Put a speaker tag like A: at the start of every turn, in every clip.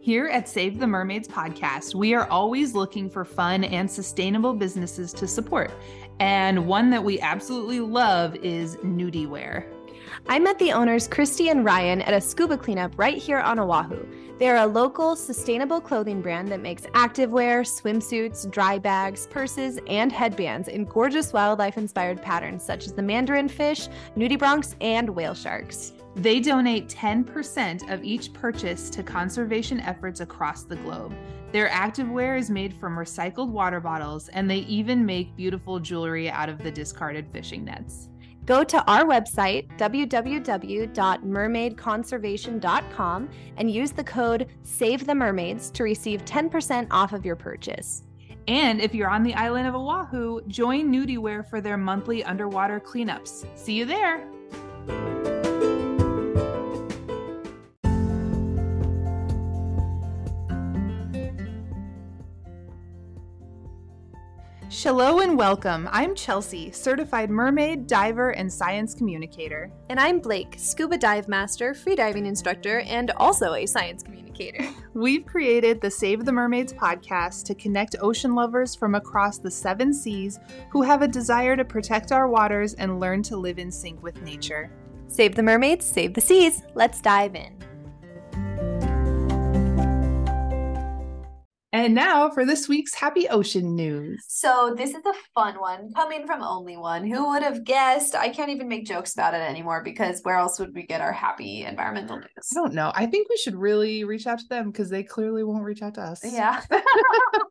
A: Here at Save the Mermaids podcast, we are always looking for fun and sustainable businesses to support. And one that we absolutely love is nudie wear.
B: I met the owners Christy and Ryan at a scuba cleanup right here on Oahu. They are a local sustainable clothing brand that makes activewear, swimsuits, dry bags, purses, and headbands in gorgeous wildlife inspired patterns such as the mandarin fish, nudibranchs, and whale sharks.
A: They donate 10% of each purchase to conservation efforts across the globe. Their activewear is made from recycled water bottles, and they even make beautiful jewelry out of the discarded fishing nets
B: go to our website www.mermaidconservation.com and use the code save the mermaids to receive 10% off of your purchase
A: and if you're on the island of oahu join nudieware for their monthly underwater cleanups see you there Hello and welcome. I'm Chelsea, certified mermaid, diver, and science communicator.
B: And I'm Blake, scuba dive master, freediving instructor, and also a science communicator.
A: We've created the Save the Mermaids podcast to connect ocean lovers from across the seven seas who have a desire to protect our waters and learn to live in sync with nature.
B: Save the mermaids, save the seas. Let's dive in.
A: And now for this week's happy ocean news.
B: So this is a fun one coming from only one. Who would have guessed? I can't even make jokes about it anymore because where else would we get our happy environmental news?
A: I don't know. I think we should really reach out to them because they clearly won't reach out to us.
B: Yeah.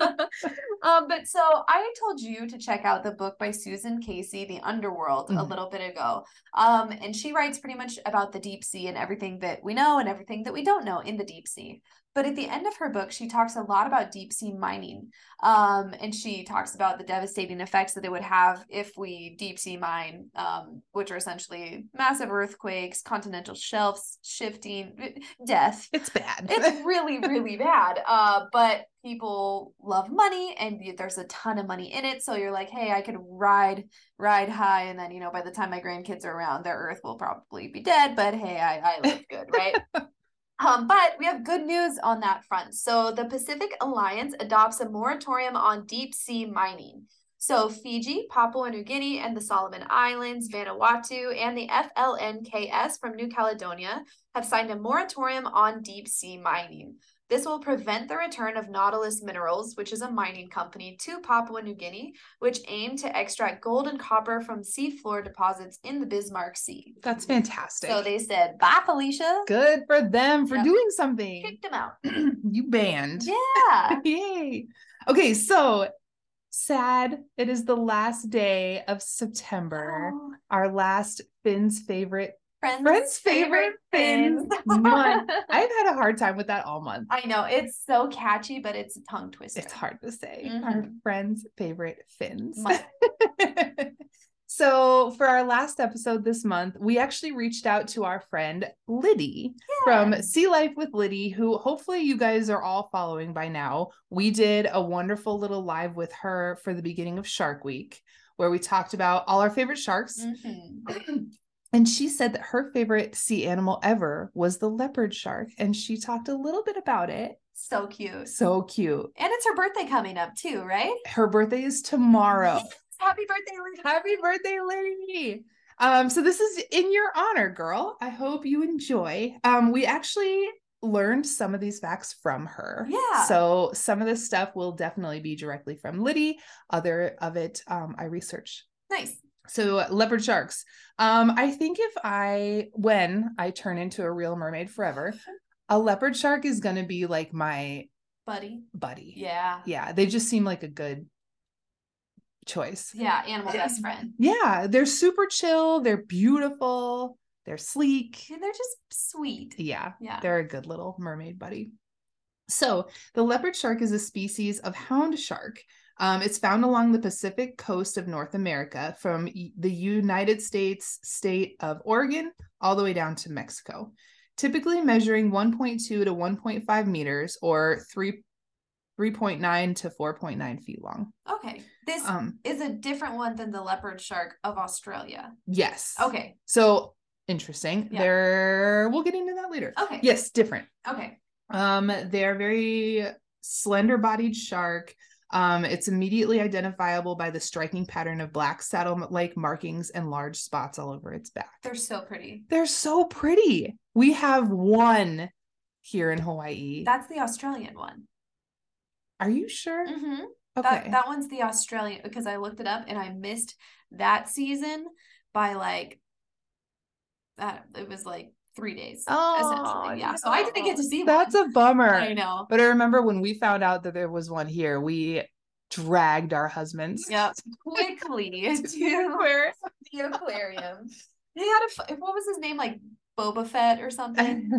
B: um, but so I told you to check out the book by Susan Casey, The Underworld, mm-hmm. a little bit ago. Um, and she writes pretty much about the deep sea and everything that we know and everything that we don't know in the deep sea. But at the end of her book, she talks a lot about deep sea mining. Um, and she talks about the devastating effects that it would have if we deep sea mine, um, which are essentially massive earthquakes, continental shelves shifting, death.
A: It's bad.
B: It's really, really bad. Uh, but people love money and there's a ton of money in it so you're like hey i could ride ride high and then you know by the time my grandkids are around their earth will probably be dead but hey i, I live good right Um, but we have good news on that front. So, the Pacific Alliance adopts a moratorium on deep sea mining. So, Fiji, Papua New Guinea, and the Solomon Islands, Vanuatu, and the FLNKS from New Caledonia have signed a moratorium on deep sea mining. This will prevent the return of Nautilus Minerals, which is a mining company, to Papua New Guinea, which aim to extract gold and copper from seafloor deposits in the Bismarck Sea.
A: That's fantastic.
B: So they said, bye, Felicia.
A: Good for them for yep. doing something.
B: Kicked them out.
A: you banned.
B: Yeah.
A: Yay. Okay, so sad. It is the last day of September, oh. our last Finn's favorite
B: Friends,
A: friends, favorite, favorite fins month. I've had a hard time with that all month.
B: I know it's so catchy, but it's a tongue twister.
A: It's hard to say. Mm-hmm. Our friends' favorite fins. so, for our last episode this month, we actually reached out to our friend Liddy yeah. from Sea Life with Liddy, who hopefully you guys are all following by now. We did a wonderful little live with her for the beginning of Shark Week. Where we talked about all our favorite sharks. Mm-hmm. And she said that her favorite sea animal ever was the leopard shark. And she talked a little bit about it.
B: So cute.
A: So cute.
B: And it's her birthday coming up too, right?
A: Her birthday is tomorrow. Yes.
B: Happy birthday, Lady.
A: Happy birthday, Lady. Um, so this is in your honor, girl. I hope you enjoy. Um, we actually learned some of these facts from her.
B: Yeah.
A: So some of this stuff will definitely be directly from Liddy. Other of it, um, I researched.
B: Nice.
A: So leopard sharks. Um, I think if I when I turn into a real mermaid forever, a leopard shark is gonna be like my
B: buddy.
A: Buddy.
B: Yeah.
A: Yeah. They just seem like a good choice.
B: Yeah, animal best friend.
A: Yeah. They're super chill, they're beautiful, they're sleek.
B: And they're just sweet.
A: Yeah. Yeah. They're a good little mermaid buddy. So the leopard shark is a species of hound shark. Um, it's found along the Pacific coast of North America from the United States state of Oregon all the way down to Mexico, typically measuring 1.2 to 1.5 meters or 3. 3.9 to 4.9 feet long.
B: Okay. This um, is a different one than the leopard shark of Australia.
A: Yes.
B: Okay.
A: So interesting. Yeah. There, we'll get into that later.
B: Okay.
A: Yes, different.
B: Okay.
A: Um, they're very slender bodied shark. Um, it's immediately identifiable by the striking pattern of black saddle like markings and large spots all over its back.
B: They're so pretty.
A: They're so pretty. We have one here in Hawaii.
B: That's the Australian one.
A: Are you sure?
B: Mm-hmm.
A: Okay.
B: That that one's the Australian because I looked it up and I missed that season by like that it was like three days
A: Oh,
B: essentially. Yeah. So I didn't get to see
A: That's
B: one.
A: a bummer.
B: I know.
A: But I remember when we found out that there was one here, we dragged our husbands.
B: Yep. Quickly to
A: Where-
B: the aquarium. He had a fu- what was his name like Boba Fett or something.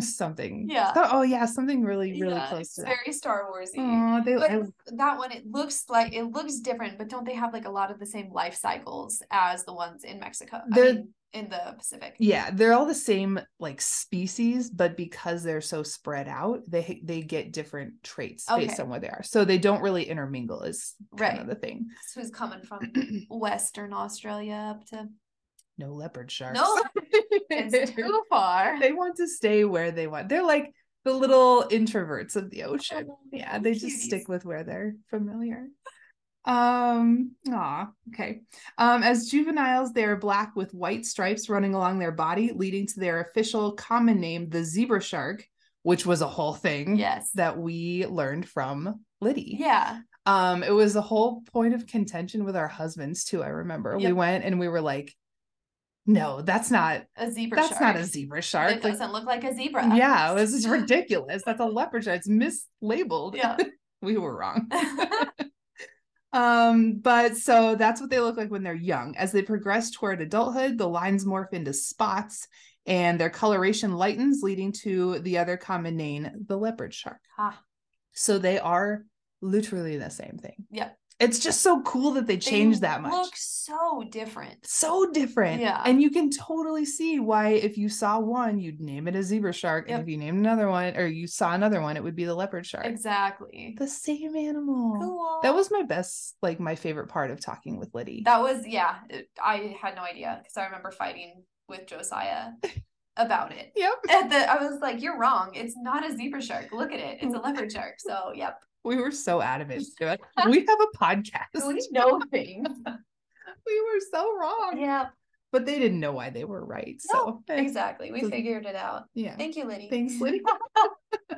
A: something.
B: Yeah.
A: So- oh yeah, something really, really
B: Yeah,
A: close to
B: it's
A: that.
B: Very Star Warsy.
A: Oh, they
B: But
A: I,
B: that one, it looks like it looks different, but don't they have like a lot of the same life cycles as the ones in Mexico? I
A: They're-
B: mean, in the Pacific.
A: yeah, they're all the same like species, but because they're so spread out, they they get different traits based
B: Okay.
A: on where they are. So they don't really intermingle is kind of
B: Right.
A: the thing.
B: So who's coming from Western Australia up to
A: No leopard sharks.
B: no, it's too far.
A: they want to stay where they want. They're like the little introverts of the ocean.
B: Oh,
A: Yeah, they just
B: cuties.
A: stick with where they're familiar. Um, ah, okay. Um, as juveniles, they are black with white stripes running along their body, leading to their official common name, the zebra shark, which was a whole thing
B: Yes.
A: that we learned from Liddy.
B: yeah.
A: Um, it was the whole point of contention with our husbands too. I remember we
B: Yep.
A: went and we were like, "No, that's not.
B: A zebra
A: That's
B: shark.
A: not a zebra shark.
B: It
A: Like,
B: doesn't look like a zebra.
A: yeah, this is ridiculous. That's a leopard shark. It's mislabeled.
B: Yeah.
A: We were wrong. Um, but so that's what they look like when they're young. As they progress toward adulthood, the lines morph into spots and their coloration lightens, leading to the other common name, the leopard shark.
B: Ah.
A: So they are literally the same thing.
B: Yep.
A: It's just so cool that they
B: They
A: changed that much.
B: Look so different.
A: so different.
B: Yeah.
A: And you can totally see why if you saw one, you'd name it a zebra shark.
B: Yep.
A: And if you named another one or you saw another one, it would be the leopard shark.
B: Exactly.
A: The same animal.
B: Cool.
A: That was my best, like my favorite part of talking with Liddy.
B: That was yeah. It, I had no idea because I remember fighting with Josiah about it.
A: yep.
B: And the, I was like, "You're wrong. It's not a zebra shark. Look at it. It's a leopard shark." So yep,
A: We were so adamant. to do it. we have a podcast.
B: we know things.
A: We were so wrong.
B: yeah,
A: But they didn't know why they were right. So
B: No, exactly. We
A: So-
B: figured it out.
A: yeah.
B: Thank you, Liddy.
A: Thanks, Liddy.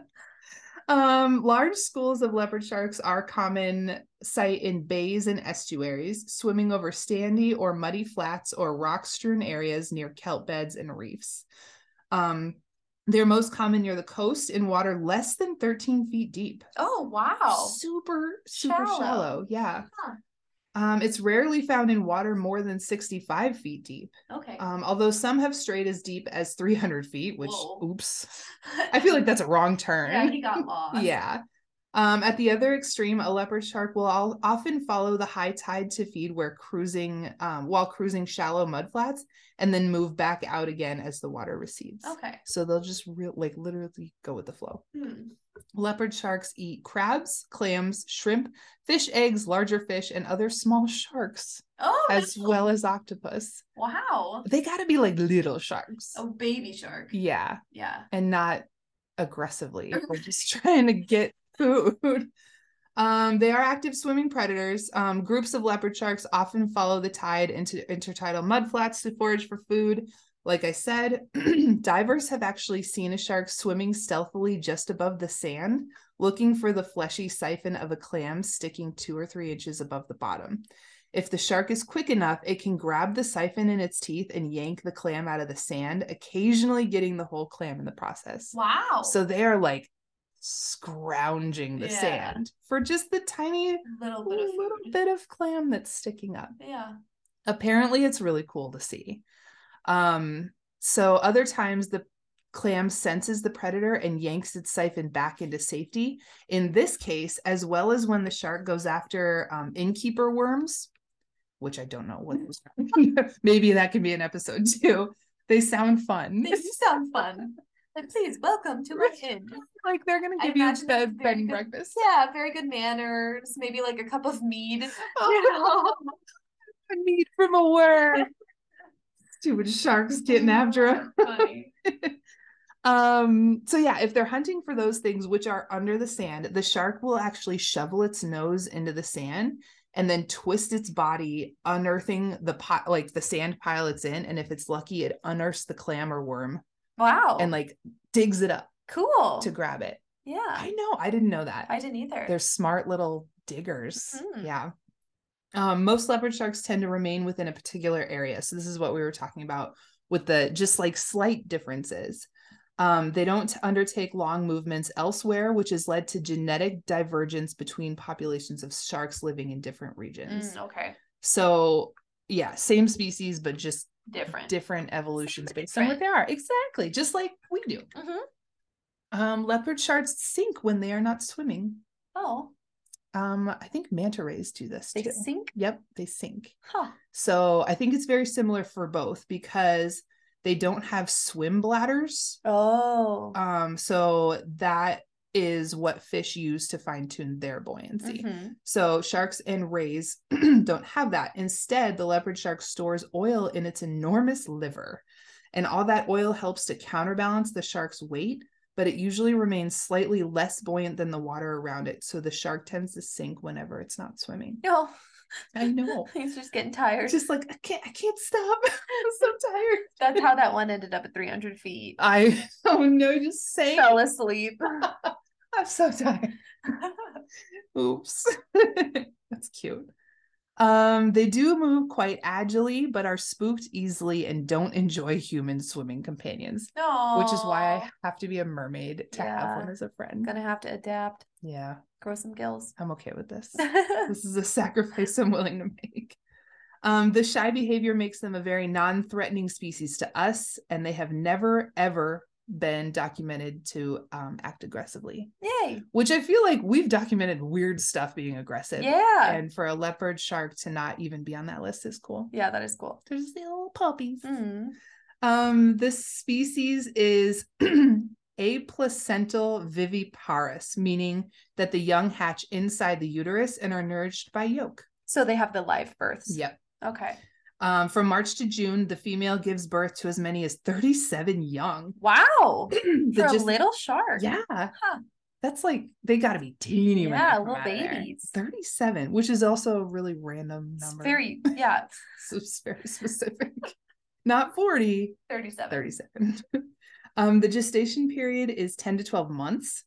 A: um, large schools of leopard sharks are common sight in bays and estuaries, swimming over sandy or muddy flats or rock strewn areas near kelp beds and reefs. Um, they're most common near the coast in water less than 13 feet deep.
B: Oh wow.
A: super, super shallow.
B: Shallow.
A: Yeah.
B: Huh.
A: Um, it's rarely found in water more than 65 feet deep,
B: Okay.
A: um, although some have strayed as deep as 300 feet, which,
B: Whoa.
A: oops. I feel like that's a wrong turn.
B: yeah, he got lost.
A: Yeah. Um, at the other extreme, a leopard shark will all, often follow the high tide to feed where cruising, um, while cruising shallow mudflats, and then move back out again as the water recedes.
B: Okay.
A: So they'll just real like literally go with the flow.
B: Hmm.
A: Leopard sharks eat crabs, clams, shrimp, fish eggs, larger fish, and other small sharks,
B: Oh.
A: as well as octopus.
B: Wow.
A: They got to be like little sharks.
B: A baby shark.
A: Yeah
B: Yeah.
A: and not aggressively. We're just trying to get food. Um, they are active swimming predators. Um, groups of leopard sharks often follow the tide into intertidal mudflats to forage for food. Like I said, divers have actually seen a shark swimming stealthily just above the sand, looking for the fleshy siphon of a clam sticking two or three inches above the bottom. If the shark is quick enough, it can grab the siphon in its teeth and yank the clam out of the sand, occasionally getting the whole clam in the process.
B: Wow.
A: So they are like scrounging the
B: Yeah.
A: sand for just the tiny
B: little bit of
A: little
B: food.
A: bit of clam that's sticking up.
B: Yeah.
A: Apparently, it's really cool to see. Um, so other times the clam senses the predator and yanks its siphon back into safety. In this case, as well as when the shark goes after um, innkeeper worms, which I don't know what those are. maybe that could be an episode too. They sound fun.
B: They do sound fun. And please welcome to our inn.
A: like they're gonna
B: I
A: give you
B: imagine
A: bed,
B: it's very
A: bed and
B: good.
A: breakfast.
B: Yeah, very good manners. Maybe like a cup of mead.
A: Oh, I need from a worm. Stupid sharks getting after him.
B: Funny.
A: Um, so yeah, if they're hunting for those things which are under the sand, the shark will actually shovel its nose into the sand and then twist its body, unearthing the pot like the sand pile it's in. And if it's lucky, it unearths the clam or worm
B: Wow.
A: and like digs it up
B: cool.
A: to grab it.
B: yeah.
A: I know, I didn't know that.
B: I didn't either.
A: They're smart little diggers.
B: Mhm.
A: Yeah. Um, most leopard sharks tend to remain within a particular area. So this is what we were talking about with the just like slight differences. Um, they don't undertake long movements elsewhere, which has led to genetic divergence between populations of sharks living in different regions.
B: Mm, okay.
A: So yeah, same species, but just
B: Different.
A: different evolutions based on what they are. Exactly. Just like we do.
B: Mhm.
A: Um, leopard sharks sink when they are not swimming.
B: Oh,
A: Um, I think manta rays do this
B: they
A: too.
B: sink.
A: Yep, they sink.
B: Huh.
A: So I think it's very similar for both because they don't have swim bladders.
B: Oh.
A: Um, so that is what fish use to fine tune their buoyancy.
B: Mhm.
A: So sharks and rays don't have that. Instead, the leopard shark stores oil in its enormous liver, and all that oil helps to counterbalance the shark's weight, but it usually remains slightly less buoyant than the water around it. So the shark tends to sink whenever it's not swimming.
B: No,
A: I know.
B: he's just getting tired.
A: It's just like I can't I can't stop. I'm so tired.
B: That's how that one ended up at 300 feet.
A: I oh no, just saying
B: Fell asleep.
A: I'm so tired. Oops. That's cute. Um, they do move quite agilely, but are spooked easily and don't enjoy human swimming companions,
B: No.
A: which is why I have to be a mermaid to have one
B: Yeah.
A: as a friend.
B: gonna have to adapt,
A: Yeah,
B: grow some gills.
A: I'm okay with this.
B: oh,
A: this is a sacrifice I'm willing to make. Um, the shy behavior makes them a very non threatening species to us, and they have never, ever been documented to um, act aggressively,
B: yay!
A: which I feel like we've documented weird stuff being aggressive.
B: Yeah,
A: And for a leopard shark to not even be on that list is cool.
B: yeah, that is cool.
A: They're just little puppies.
B: Mm.
A: Um, this species is aplacental viviparous, meaning that the young hatch inside the uterus and are nourished by yolk.
B: So they have the live births.
A: Yep.
B: Okay.
A: Um, from March to June, the female gives birth to as many as 37 young.
B: Wow.
A: The
B: For
A: just-
B: a little shark.
A: Yeah.
B: Huh.
A: That's like they gotta be teeny when they
B: Yeah,
A: come
B: little
A: out of there.
B: babies.
A: 37, which is also a really random
B: It's
A: number.
B: very yeah.
A: so it's very specific. Not 40,
B: 37.
A: 37. um, the gestation period is 10 to 12 months,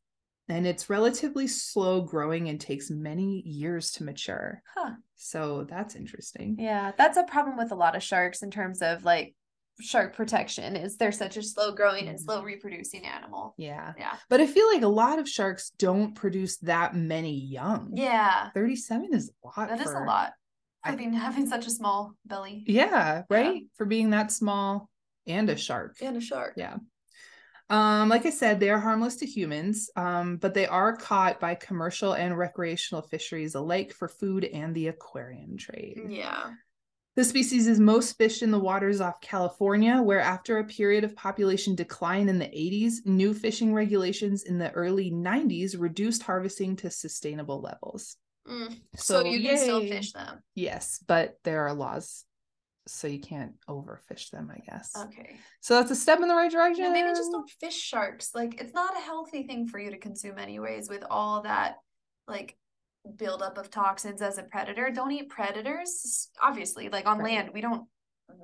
A: and it's relatively slow growing and takes many years to mature.
B: Huh.
A: So that's interesting.
B: Yeah, that's a problem with a lot of sharks in terms of like shark protection is they're such a slow growing and
A: Mhm.
B: slow reproducing animal.
A: Yeah.
B: Yeah.
A: But I feel like a lot of sharks don't produce that many young.
B: Yeah.
A: 37 is a lot.
B: That is
A: Mm-hmm. for-
B: a lot.
A: I-
B: I mean having such a small belly.
A: Yeah, right? For being that small and a shark.
B: And a shark.
A: Yeah. Um, like I said, they are harmless to humans, um, but they are caught by commercial and recreational fisheries alike for food and the aquarium trade.
B: Yeah.
A: The species is most fished in the waters off California, where after a period of population decline in the 80s, new fishing regulations in the early 90s reduced harvesting to sustainable levels.
B: Mm.
A: So, yay.
B: them.
A: Yes, but there are laws, so you can't overfish them, I guess.
B: Okay.
A: So that's a step in the right direction.
B: Uh. Yeah, maybe just don't fish sharks. Like it's not a healthy thing for you to consume anyways with all that like buildup of toxins as a predator. Don't eat predators. Obviously, like on
A: Right.
B: land, we don't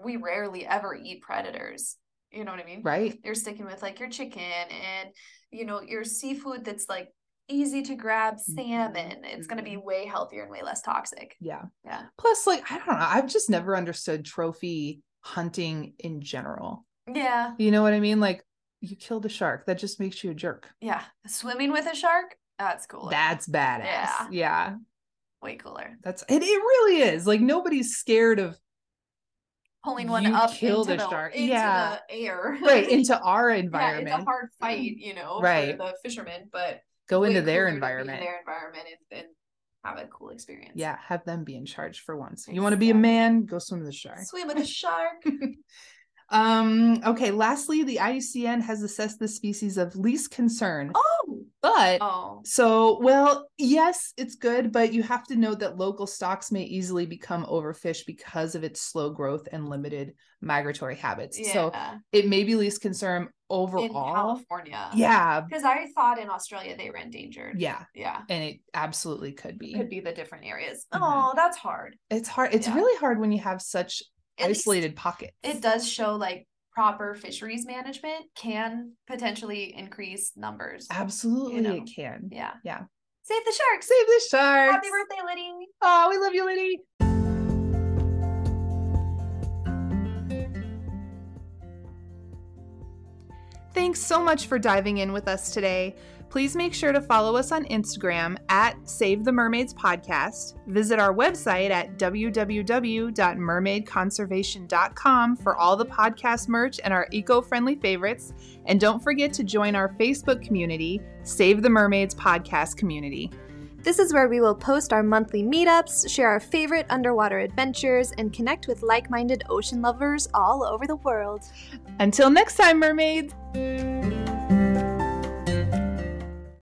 B: we rarely ever eat predators. You know what I mean?
A: Right.
B: You're sticking with like your chicken and you know your seafood that's like easy to grab
A: Mm-hmm.
B: salmon. It's gonna be way healthier and way less toxic.
A: Yeah.
B: Yeah.
A: Plus, like, I don't know. I've just never understood trophy hunting in general.
B: Yeah.
A: You know what I mean? Like, you killed a shark. That just makes you a jerk.
B: Yeah. Swimming with a shark, that's cool.
A: That's badass.
B: Yeah.
A: Yeah.
B: way cooler.
A: That's it. It really is. Like, nobody's scared of,
B: pulling one
A: You
B: up
A: killed
B: into
A: a
B: the,
A: shark.
B: into
A: Yeah.
B: the air.
A: right, into our
B: yeah, it's a
A: environment.
B: hard fight, you know,
A: Right.
B: for the fishermen, but
A: Go into
B: way
A: their
B: cooler to be in
A: environment.
B: their environment and, and have a cool experience.
A: Yeah. Have them be in charge for once. You want to be a
B: Exactly.
A: man? Go swim with a shark.
B: Swim with a shark.
A: Um, okay. Lastly, the IUCN has assessed the species of least concern
B: oh,
A: But
B: Oh.
A: so, well, yes, it's good, but you have to know that local stocks may easily become overfished because of its slow growth and limited migratory habits.
B: Yeah.
A: So it may be least concern
B: in
A: overall.
B: California.
A: Yeah.
B: Because I thought in Australia they were endangered.
A: Yeah.
B: Yeah.
A: And it absolutely could be.
B: Could be the different areas.
A: Mhm.
B: Oh, that's hard.
A: It's hard. It's
B: Yeah.
A: really hard when you have such
B: At least
A: isolated pockets.
B: It does show like proper fisheries management can potentially increase numbers.
A: Absolutely,
B: know.
A: it can.
B: Yeah.
A: Yeah.
B: Save the sharks.
A: Save the sharks.
B: Happy birthday, Liddy.
A: Oh, we love you, Liddy. Thanks so much for diving in with us today. Please make sure to follow us on Instagram at Save the Mermaids Podcast. Visit our website at www.mermaidconservation.com for all the podcast merch and our eco friendly favorites. And don't forget to join our Facebook community, Save the Mermaids Podcast Community.
C: This is where we will post our monthly meetups, share our favorite underwater adventures, and connect with like minded ocean lovers all over the world.
A: Until next time, mermaids!